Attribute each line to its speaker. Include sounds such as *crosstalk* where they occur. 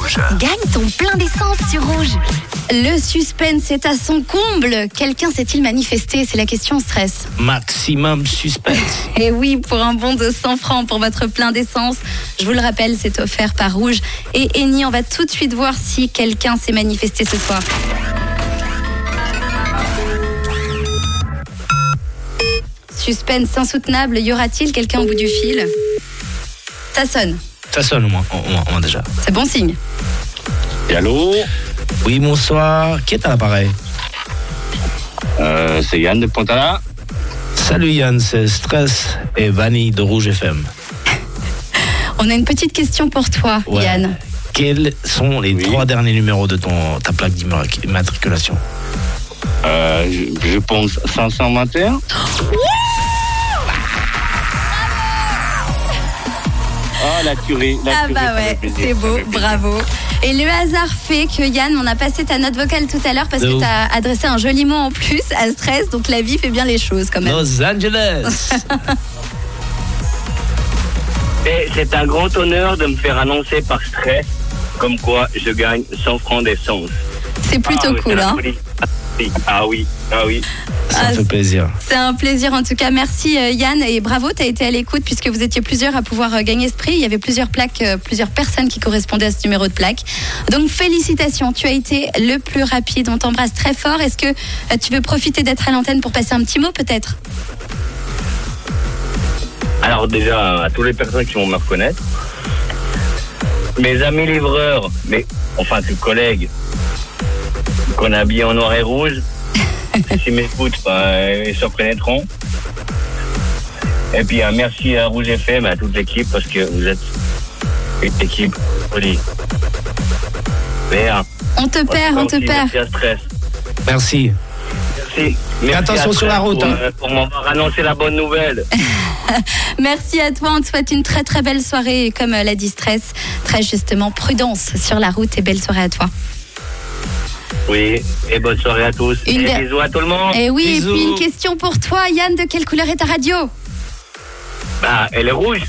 Speaker 1: Rouge.
Speaker 2: Gagne ton plein d'essence sur Rouge. Le suspense est à son comble. Quelqu'un s'est-il manifesté C'est la question stress.
Speaker 3: Maximum suspense.
Speaker 2: Et oui, pour un bon de 100 francs pour votre plein d'essence. Je vous le rappelle, c'est offert par Rouge. Et Eni, on va tout de suite voir si quelqu'un s'est manifesté ce soir. Suspense insoutenable. Y aura-t-il quelqu'un au bout du fil Ça sonne.
Speaker 3: Ça sonne au moins, au moins, au moins déjà.
Speaker 2: C'est bon signe.
Speaker 4: Et allô
Speaker 3: Oui, bonsoir. Qui est à l'appareil
Speaker 4: Euh, C'est Yann de Pontala.
Speaker 3: Salut Yann, c'est Stress et Vanille de Rouge FM.
Speaker 2: On a une petite question pour toi,
Speaker 3: Ouais.
Speaker 2: Yann.
Speaker 3: Quels sont les
Speaker 4: Oui.
Speaker 3: trois derniers numéros de ton, ta plaque d'immatriculation
Speaker 4: Euh, je, je pense 521. Ah, la tuerie. La
Speaker 2: Ah
Speaker 4: tuerie, ça
Speaker 2: bah ouais,
Speaker 4: fait plaisir,
Speaker 2: c'est
Speaker 4: ça
Speaker 2: beau,
Speaker 4: fait plaisir.
Speaker 2: bravo. Et le hasard fait que Yann, on a passé ta note vocale tout à l'heure parce
Speaker 3: De
Speaker 2: que
Speaker 3: ouf.
Speaker 2: t'as adressé un joli mot en plus à stress, donc la vie fait bien les choses quand même. *laughs*
Speaker 3: Los Angeles
Speaker 4: Et Eh, C'est un grand honneur de me faire annoncer par stress comme quoi je gagne 100 francs d'essence.
Speaker 2: C'est plutôt
Speaker 4: Ah oui, c'est
Speaker 2: cool,
Speaker 4: la
Speaker 2: hein.
Speaker 4: folie. Ah oui, Ah oui, ah oui.
Speaker 3: Ça
Speaker 2: Ah,
Speaker 3: me fait plaisir.
Speaker 2: C'est un plaisir en tout cas. Merci euh, Yann et bravo, t'as été à l'écoute puisque vous étiez plusieurs à pouvoir euh, gagner ce prix. Il y avait plusieurs plaques, euh, plusieurs personnes qui correspondaient à ce numéro de plaque. Donc félicitations, tu as été le plus rapide. On t'embrasse très fort. Est-ce que euh, tu veux profiter d'être à l'antenne pour passer un petit mot peut-être
Speaker 4: Alors déjà, à toutes les personnes qui vont me reconnaître, mes amis livreurs, mais enfin tes collègues qu'on a habillés en noir
Speaker 2: *laughs*
Speaker 4: et rouge, s'ils m'écoutent, bah, ils se reconnaîtront. Et puis un merci à Rouge FM, à toute l'équipe, parce que vous êtes une équipe folie. Merde.
Speaker 2: On te perd, on te
Speaker 4: Merci
Speaker 2: perd.
Speaker 4: à Stress.
Speaker 3: Merci.
Speaker 4: Merci. Merci
Speaker 3: Attention
Speaker 4: à
Speaker 3: sur la
Speaker 4: Stress
Speaker 3: route,
Speaker 4: Pour,
Speaker 3: hein.
Speaker 4: euh, pour m'avoir annoncé la bonne nouvelle.
Speaker 2: Merci à toi, on te souhaite une très très belle soirée et comme euh, l'a dit Stress, très justement prudence sur la route et belle soirée à toi.
Speaker 4: Oui, et bonne soirée à tous.
Speaker 2: Une
Speaker 4: et
Speaker 2: der-
Speaker 4: bisous à tout le monde.
Speaker 2: Et Eh oui, et
Speaker 3: Bisous.
Speaker 2: puis une question pour toi Yann, de quelle couleur est ta radio
Speaker 4: Bah, elle est rouge.